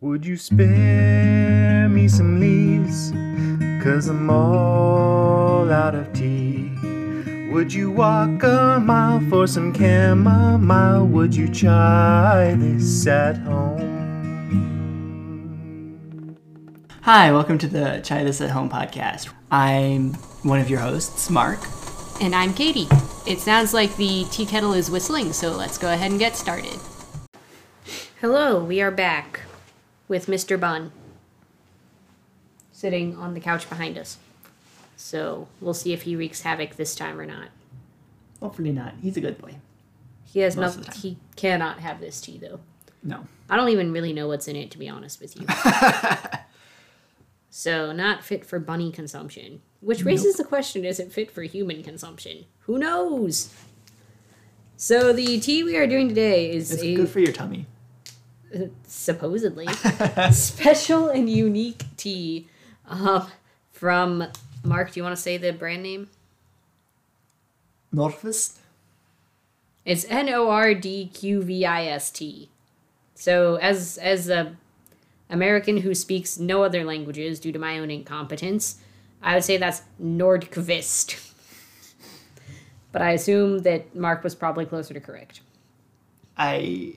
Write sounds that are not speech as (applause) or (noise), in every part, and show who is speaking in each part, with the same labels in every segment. Speaker 1: Would you spare me some leaves? Cause I'm all out of tea. Would you walk a mile for some chamomile? Would you try this at home?
Speaker 2: Hi, welcome to the Try This at Home podcast. I'm one of your hosts, Mark.
Speaker 3: And I'm Katie. It sounds like the tea kettle is whistling, so let's go ahead and get started. Hello, we are back with Mr. Bun sitting on the couch behind us. So we'll see if he wreaks havoc this time or not.
Speaker 2: Hopefully not. He's a good boy.
Speaker 3: He has
Speaker 2: Most of
Speaker 3: nothing.
Speaker 2: the time.
Speaker 3: He cannot have this tea though.
Speaker 2: No.
Speaker 3: I don't even really know what's in it to be honest with you. so not fit for bunny consumption, which raises the question: Is it fit for human consumption? Who knows? So the tea we are doing today is
Speaker 2: It's
Speaker 3: a uh,
Speaker 2: good for your tummy.
Speaker 3: supposedly (laughs) special and unique tea um, from Mark. Do you want to say the brand name?
Speaker 2: Norfus?
Speaker 3: It's N O R D Q V I S T. So as as a American who speaks no other languages due to my own incompetence, I would say that's Nordqvist. (laughs) but I assume that Mark was probably closer to correct.
Speaker 2: I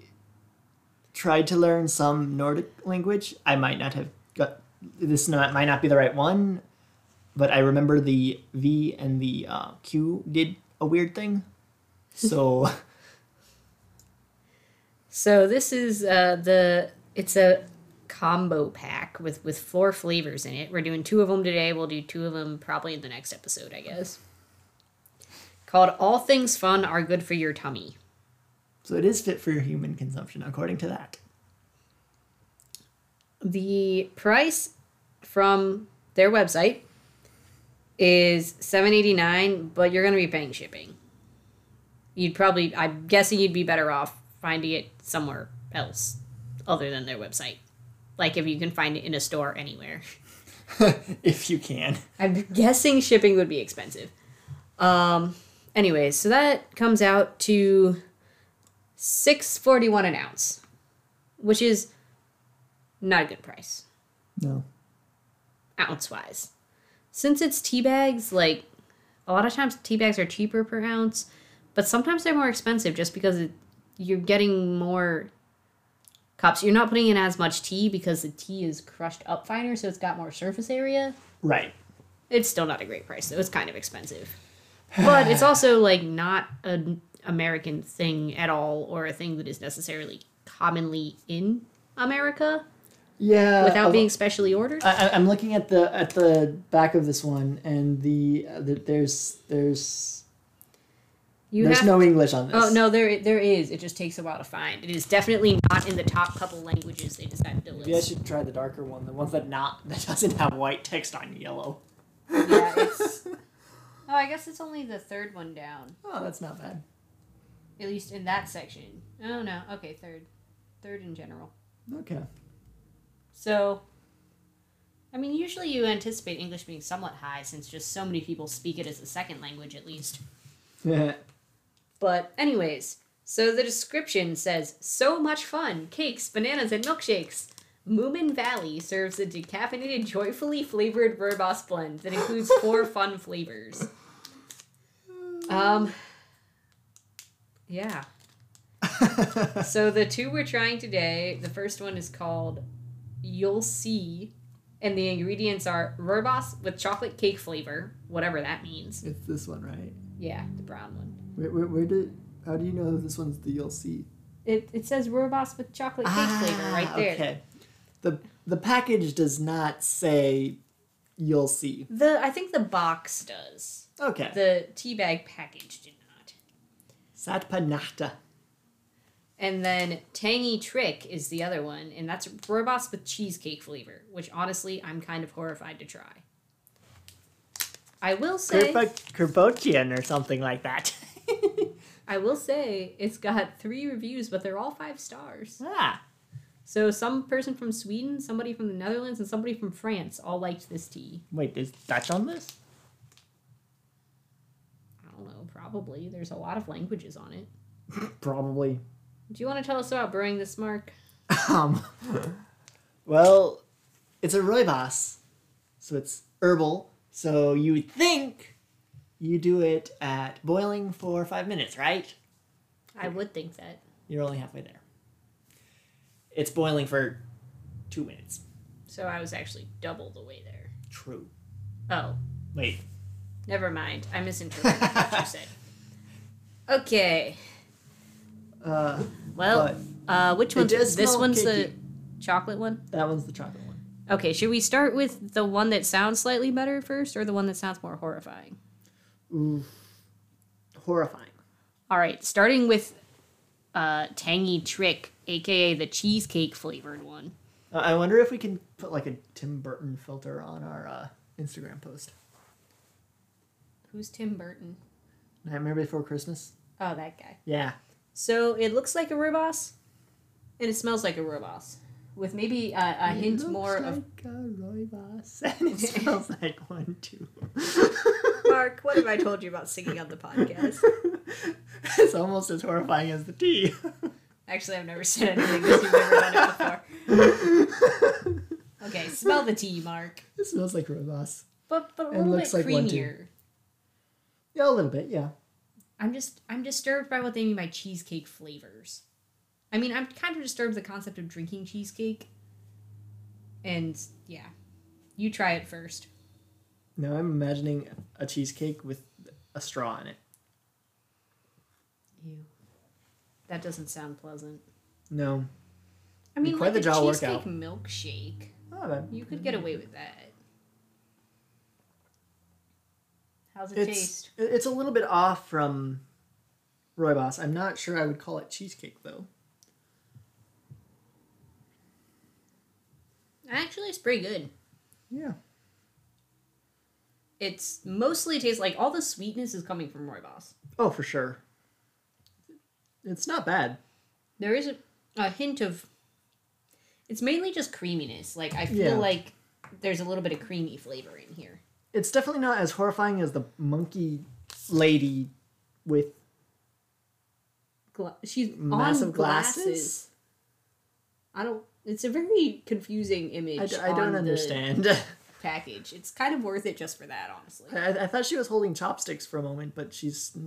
Speaker 2: tried to learn some Nordic language. I might not have got this not, might not be the right one, but I remember the V and the uh, Q did a weird (laughs) thing. So
Speaker 3: So this is uh, the it's a combo pack with with four flavors in it. We're doing two of them today. We'll do two of them probably in the next episode, I guess. Called "All Things Fun Are Good for Your Tummy."
Speaker 2: so it is fit for your human consumption according to that. (laughs)
Speaker 3: The price from their website is seven eighty nine, but you're gonna be paying shipping. You'd probably, I'm guessing, you'd be better off finding it somewhere else other than their website. Like if you can find it in a store anywhere. (laughs)
Speaker 2: If you can.
Speaker 3: I'm guessing shipping would be expensive. Um anyways, so that comes out to 641 an ounce, which is not a good price
Speaker 2: No.
Speaker 3: ounce wise. Since it's tea bags, like a lot of times tea bags are cheaper per ounce, but sometimes they're more expensive just because it, you're getting more cups. You're not putting in as much tea because the tea is crushed up finer, so it's got more surface area.
Speaker 2: Right.
Speaker 3: It's still not a great price though. It's kind of
Speaker 2: (sighs)
Speaker 3: expensive. But it's also like not an American thing at all or a thing that is necessarily commonly in America
Speaker 2: Yeah.
Speaker 3: without
Speaker 2: Uh, a- Uh,
Speaker 3: being specially ordered.
Speaker 2: I, I- I'm looking at the at the back of this one, and the, uh, the there's there's
Speaker 3: You
Speaker 2: there's
Speaker 3: have
Speaker 2: no English on this.
Speaker 3: Oh no, there there is. It just takes a while to find. It is definitely not in the top couple languages they decided to list.
Speaker 2: Maybe I should try the darker one, the one that not (laughs) that doesn't have white text on yellow.
Speaker 3: Yeah, it's.
Speaker 2: (laughs)
Speaker 3: Oh, I guess it's only the third one down,
Speaker 2: Oh, that's not bad.
Speaker 3: at least in that section. Oh no, okay, third, third in general.
Speaker 2: Okay. (laughs)
Speaker 3: So, I mean, usually you anticipate English being somewhat high since just so many people speak it as a second language, at least. But, anyways, so the description says so much fun cakes, bananas, and milkshakes. Moomin Valley serves a decaffeinated, joyfully flavored verbos blend that includes four fun flavors. Um, yeah. So the two we're trying today, the first one is called You'll See, and the ingredients are verbos with chocolate cake flavor, whatever that means.
Speaker 2: it's this one, right?
Speaker 3: Yeah, the brown one.
Speaker 2: Where, where, where did? How do you know this one's the you'll see?
Speaker 3: It, it says Robos with chocolate cake flavor right there.
Speaker 2: Ah, Okay. The the package does not say you'll see.
Speaker 3: The I think the box does.
Speaker 2: Okay.
Speaker 3: The teabag package did not.
Speaker 2: Satpanata.
Speaker 3: And then Tangy Trick is the other one, and that's Robos with cheesecake flavor, which honestly I'm kind of horrified to try. I will say
Speaker 2: Kerbotian or something like that. (laughs)
Speaker 3: I will say it's got three reviews, but they're all five stars.
Speaker 2: ah.
Speaker 3: So some person from Sweden, somebody from the Netherlands, and somebody from France all liked this tea.
Speaker 2: Wait, there's Dutch on this?
Speaker 3: I don't know, probably. There's a lot of languages on it.
Speaker 2: Probably. (laughs)
Speaker 3: Do you want to tell us about brewing this, Mark?
Speaker 2: Um, Well, it's a rooibos, so it's herbal. So you would think you do it at boiling for five minutes, right?
Speaker 3: I would think that.
Speaker 2: You're only halfway there. It's boiling for two minutes.
Speaker 3: So I was actually double the way there.
Speaker 2: True.
Speaker 3: Oh,
Speaker 2: Wait,
Speaker 3: never mind. I misinterpreted (laughs) what you said. Okay.
Speaker 2: uh,
Speaker 3: Well, uh, which
Speaker 2: It
Speaker 3: one's
Speaker 2: does
Speaker 3: this
Speaker 2: smell
Speaker 3: one's the
Speaker 2: cakey.
Speaker 3: chocolate one?
Speaker 2: that one's the chocolate one.
Speaker 3: Okay, should we start with the one that sounds slightly better first, or the one that sounds more horrifying?
Speaker 2: Ooh, horrifying.
Speaker 3: All right, starting with uh, Tangy Trick, aka the cheesecake flavored one.
Speaker 2: Uh, I wonder if we can put like a Tim Burton filter on our uh, Instagram post.
Speaker 3: Who's Tim Burton?
Speaker 2: Nightmare Before Christmas.
Speaker 3: Oh, that guy.
Speaker 2: Yeah.
Speaker 3: So it looks like a ribos, and it smells like a ribos, with maybe uh, a hint more of
Speaker 2: a rooibos, (laughs) and it
Speaker 3: (laughs)
Speaker 2: smells like one too.
Speaker 3: Mark. What have I told you about singing on the podcast?
Speaker 2: it's almost as horrifying as the tea.
Speaker 3: (laughs)
Speaker 2: (laughs)
Speaker 3: Actually, I've never said anything because you've never done it before.
Speaker 2: (laughs)
Speaker 3: Okay, smell the tea, Mark.
Speaker 2: It smells like rooibos.
Speaker 3: But but a
Speaker 2: It
Speaker 3: little
Speaker 2: looks
Speaker 3: bit
Speaker 2: like one too.
Speaker 3: creamier.
Speaker 2: Yeah, a little bit. Yeah.
Speaker 3: I'm just I'm disturbed by what they mean by cheesecake flavors. I mean, I'm kind of disturbed the concept of drinking cheesecake. And yeah, you try it first.
Speaker 2: Now I'm imagining a cheesecake with a straw in it.
Speaker 3: Ew. That doesn't sound pleasant.
Speaker 2: No.
Speaker 3: I mean,
Speaker 2: Quite
Speaker 3: like
Speaker 2: the
Speaker 3: a
Speaker 2: jaw workout.
Speaker 3: cheesecake milkshake,
Speaker 2: Oh, that,
Speaker 3: you could get away with that. How's it
Speaker 2: it's
Speaker 3: taste?
Speaker 2: it- it's a little bit off from rooibos. I'm not sure I would call it cheesecake though.
Speaker 3: Actually, it's pretty good.
Speaker 2: Yeah.
Speaker 3: It's mostly tastes like all the sweetness is coming from rooibos.
Speaker 2: Oh, for sure. It's not bad.
Speaker 3: There is a, a hint of. It's mainly just creaminess. Like I feel
Speaker 2: Yeah.
Speaker 3: like there's a little bit of creamy flavor in here.
Speaker 2: It's definitely not as horrifying as the monkey lady with
Speaker 3: Gla- she's on
Speaker 2: massive
Speaker 3: glasses.
Speaker 2: glasses.
Speaker 3: I don't. It's a very confusing image.
Speaker 2: I, d- I
Speaker 3: on
Speaker 2: don't (laughs)
Speaker 3: the
Speaker 2: understand.
Speaker 3: package. It's kind of worth it just for that, honestly.
Speaker 2: I, I thought she was holding chopsticks for a moment, but she's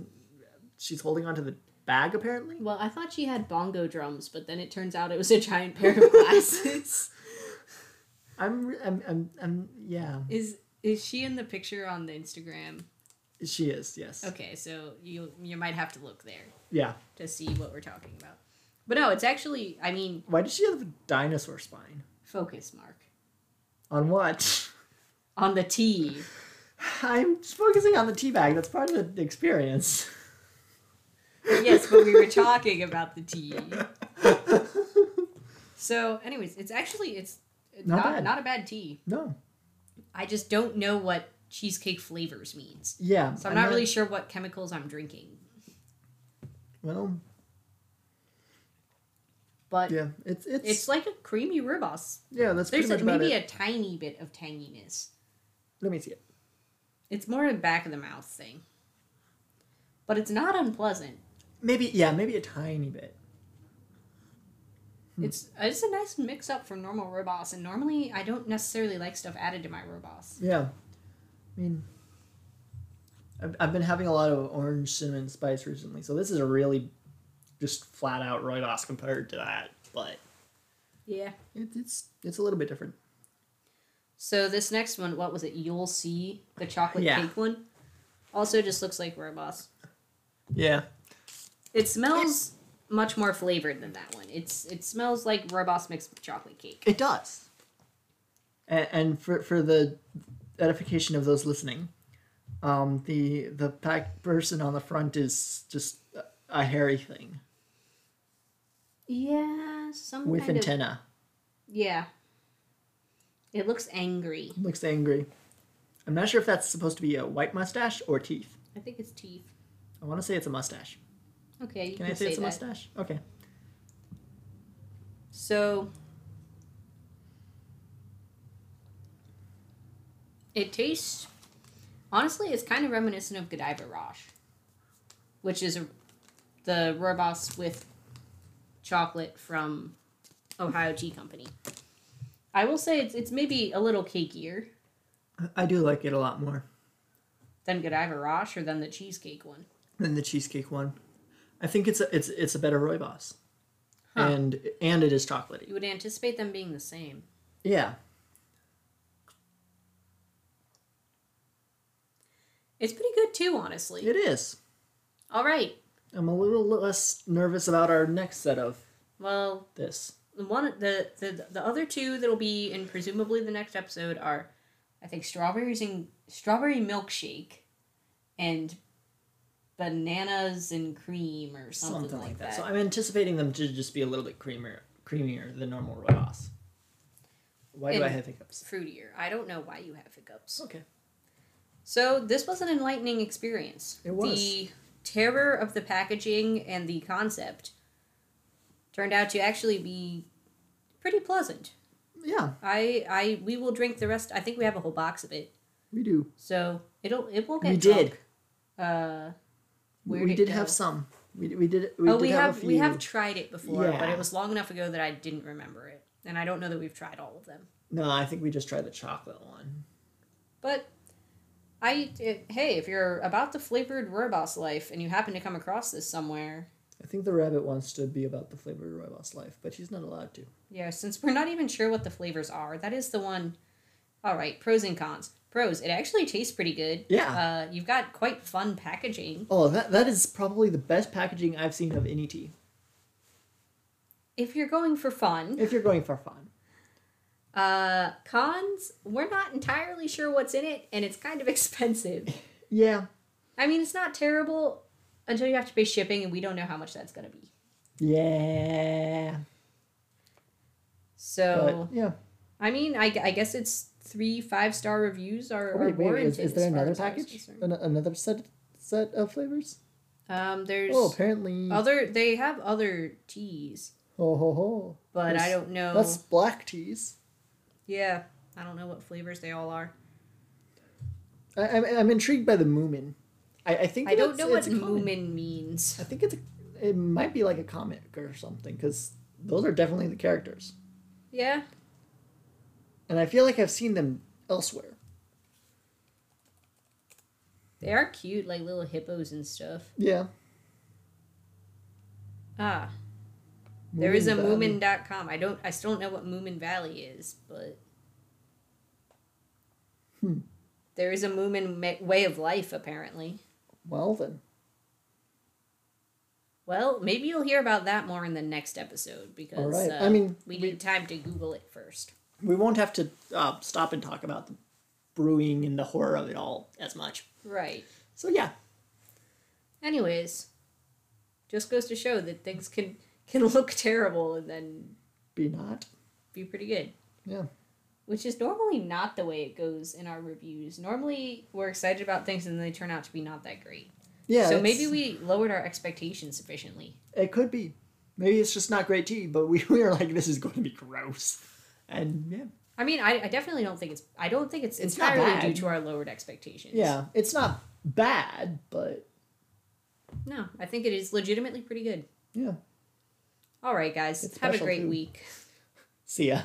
Speaker 2: she's holding onto the bag apparently.
Speaker 3: Well, I thought she had bongo drums, but then it turns out it was a giant pair of
Speaker 2: (laughs)
Speaker 3: glasses.
Speaker 2: I'm, re- I'm I'm I'm yeah.
Speaker 3: is is she in the picture on the Instagram?
Speaker 2: She is yes.
Speaker 3: Okay, so you you might have to look there
Speaker 2: Yeah.
Speaker 3: to see what we're talking about. But no, it's actually. I mean,
Speaker 2: Why does she have a dinosaur spine?
Speaker 3: Focus, Mark.
Speaker 2: On what? (laughs)
Speaker 3: On the tea.
Speaker 2: I'm just focusing on the tea bag. That's part of the experience. (laughs)
Speaker 3: yes, but we were talking about the tea. So, anyways, it's actually it's
Speaker 2: Not
Speaker 3: not not,
Speaker 2: bad.
Speaker 3: a bad tea.
Speaker 2: No.
Speaker 3: I just don't know what cheesecake flavors means.
Speaker 2: Yeah.
Speaker 3: So I'm, not really sure what chemicals I'm drinking.
Speaker 2: Well,
Speaker 3: But
Speaker 2: yeah. It's it's,
Speaker 3: it's like a creamy ribos.
Speaker 2: yeah. That's
Speaker 3: There's
Speaker 2: pretty much
Speaker 3: a,
Speaker 2: about
Speaker 3: maybe
Speaker 2: it.
Speaker 3: a tiny bit of tanginess.
Speaker 2: Let me see it.
Speaker 3: It's more a back of the mouth thing. But it's not unpleasant.
Speaker 2: Maybe yeah. Maybe a tiny bit.
Speaker 3: It's it's a nice mix up from normal ribos, and normally I don't necessarily like stuff added to my ribos.
Speaker 2: Yeah. I mean, I've, I've been having a lot of orange cinnamon spice recently, so this is a really just flat out rooibos compared to that, but
Speaker 3: Yeah.
Speaker 2: it, it's it's a little bit different.
Speaker 3: So this next one, what was it? You'll see the chocolate
Speaker 2: Yeah.
Speaker 3: cake one. Also, just looks like Robos.
Speaker 2: Yeah.
Speaker 3: It smells much more flavored than that one. It's it smells like Robos mixed with chocolate cake.
Speaker 2: It does. And, and for for the edification of those listening, um, the the pack person on the front is just a- a hairy thing
Speaker 3: Yeah, some
Speaker 2: with
Speaker 3: kind of
Speaker 2: antenna.
Speaker 3: yeah. It looks angry.
Speaker 2: Looks angry. I'm not sure if that's supposed to be a white mustache or teeth.
Speaker 3: I think it's teeth.
Speaker 2: I want to say it's a mustache.
Speaker 3: Okay, you
Speaker 2: Can
Speaker 3: can,
Speaker 2: I say, it's a
Speaker 3: that.
Speaker 2: mustache? Okay.
Speaker 3: So it tastes honestly, it's kind of reminiscent of Godiva Rosh, which is a, the Robos with chocolate from Ohio Tea Company. I will say it's it's maybe a little cakier
Speaker 2: I do like it a lot more
Speaker 3: than Godiva Rosh or than the cheesecake one.
Speaker 2: than the cheesecake one. I think it's a, it's it's a better rooibos, and and it is chocolatey.
Speaker 3: You would anticipate them being the same.
Speaker 2: Yeah,
Speaker 3: It's pretty good too, honestly.
Speaker 2: it is.
Speaker 3: All right.
Speaker 2: I'm a little less nervous about our next set of
Speaker 3: Well,
Speaker 2: this.
Speaker 3: the one the the, the other two that'll be in presumably the next episode are I think strawberries and strawberry milkshake and bananas and cream or something, like, that.
Speaker 2: So I'm anticipating them to just be a little bit creamier, creamier than normal rooibos. Why do I
Speaker 3: And-
Speaker 2: have hiccups?
Speaker 3: Fruitier. I don't know why you have hiccups.
Speaker 2: Okay.
Speaker 3: So this was an enlightening experience.
Speaker 2: It was.
Speaker 3: The terror of the packaging and the concept turned out to actually be pretty pleasant.
Speaker 2: Yeah,
Speaker 3: I I we will drink the rest. I think we have a whole box of it.
Speaker 2: we do.
Speaker 3: So it'll it will get
Speaker 2: We
Speaker 3: drunk.
Speaker 2: did.
Speaker 3: Uh, where'd
Speaker 2: we
Speaker 3: it
Speaker 2: did
Speaker 3: go?
Speaker 2: have some. We, we did. We
Speaker 3: oh,
Speaker 2: did
Speaker 3: we
Speaker 2: have,
Speaker 3: have,
Speaker 2: a few.
Speaker 3: we have tried it before, but
Speaker 2: Yeah.
Speaker 3: it was long enough ago that I didn't remember it, and I don't know that we've tried all of them.
Speaker 2: No, I think we just tried the chocolate one.
Speaker 3: But I it, hey, if you're about the flavored Robots life and you happen to come across this somewhere,
Speaker 2: I think the rabbit wants to be about the flavor of rooibos life, but she's not allowed to.
Speaker 3: yeah, since we're not even sure what the flavors are, that is the one. All right, pros and cons. Pros, it actually tastes pretty good.
Speaker 2: Yeah.
Speaker 3: Uh, you've got quite fun packaging.
Speaker 2: Oh, that that is probably the best packaging I've seen of any tea.
Speaker 3: If you're going for fun,
Speaker 2: If you're going for fun,
Speaker 3: Uh, cons, we're not entirely sure what's in it, and it's kind of (laughs) expensive.
Speaker 2: yeah,
Speaker 3: I mean, it's not terrible until you have to pay shipping, and we don't know how much that's going to be.
Speaker 2: yeah,
Speaker 3: So,
Speaker 2: but yeah.
Speaker 3: I mean, I, I guess it's three five star reviews are,
Speaker 2: Oh,
Speaker 3: are
Speaker 2: wait, wait,
Speaker 3: warranted.
Speaker 2: is, is there
Speaker 3: as far
Speaker 2: another
Speaker 3: as I was
Speaker 2: package?
Speaker 3: concerned.
Speaker 2: An- another set set of flavors?
Speaker 3: Um, there's
Speaker 2: Oh, apparently.
Speaker 3: other. They have other teas,
Speaker 2: Ho ho ho.
Speaker 3: but I
Speaker 2: That's-
Speaker 3: don't know.
Speaker 2: That's black teas.
Speaker 3: Yeah, I don't know what flavors they all are.
Speaker 2: I, I'm, I'm intrigued by the moomin. I, I think
Speaker 3: I don't
Speaker 2: it's-
Speaker 3: know
Speaker 2: it's
Speaker 3: what
Speaker 2: a comet.
Speaker 3: moomin means.
Speaker 2: I think it's a, it might be like a comic or something because those are definitely the characters,
Speaker 3: Yeah,
Speaker 2: and I feel like I've seen them elsewhere.
Speaker 3: they are cute, like little hippos and stuff.
Speaker 2: Yeah.
Speaker 3: Ah, There is a
Speaker 2: Valley.
Speaker 3: Moomin.com. I don't I still don't know what Moomin Valley is, but
Speaker 2: Hmm.
Speaker 3: there is a Moomin ma- way of life apparently.
Speaker 2: Well then,
Speaker 3: Well, maybe you'll hear about that more in the next episode
Speaker 2: All
Speaker 3: because
Speaker 2: right.
Speaker 3: uh,
Speaker 2: I mean,
Speaker 3: we
Speaker 2: we-
Speaker 3: need time to Google it first.
Speaker 2: we won't have to uh, stop and talk about the brewing and the horror of it all as much.
Speaker 3: Right.
Speaker 2: So yeah,
Speaker 3: Anyways, just goes to show that things can can (laughs) look terrible and then
Speaker 2: be not.
Speaker 3: be pretty good.
Speaker 2: Yeah.
Speaker 3: Which is normally not the way it goes in our reviews. Normally, we're excited about things and they turn out to be not that great.
Speaker 2: Yeah.
Speaker 3: so
Speaker 2: it's-
Speaker 3: maybe we lowered our expectations sufficiently.
Speaker 2: It could be. Maybe it's just not great tea, but we, (laughs) we were like, this is going to be gross. And yeah.
Speaker 3: I mean, I, I definitely don't think it's. I don't think it's,
Speaker 2: It's not
Speaker 3: entirely
Speaker 2: bad.
Speaker 3: due to our lowered expectations.
Speaker 2: Yeah, it's not bad, but
Speaker 3: No, I think it is legitimately pretty good.
Speaker 2: yeah.
Speaker 3: All right, guys,
Speaker 2: It's
Speaker 3: have a
Speaker 2: special
Speaker 3: great
Speaker 2: food.
Speaker 3: week.
Speaker 2: See ya.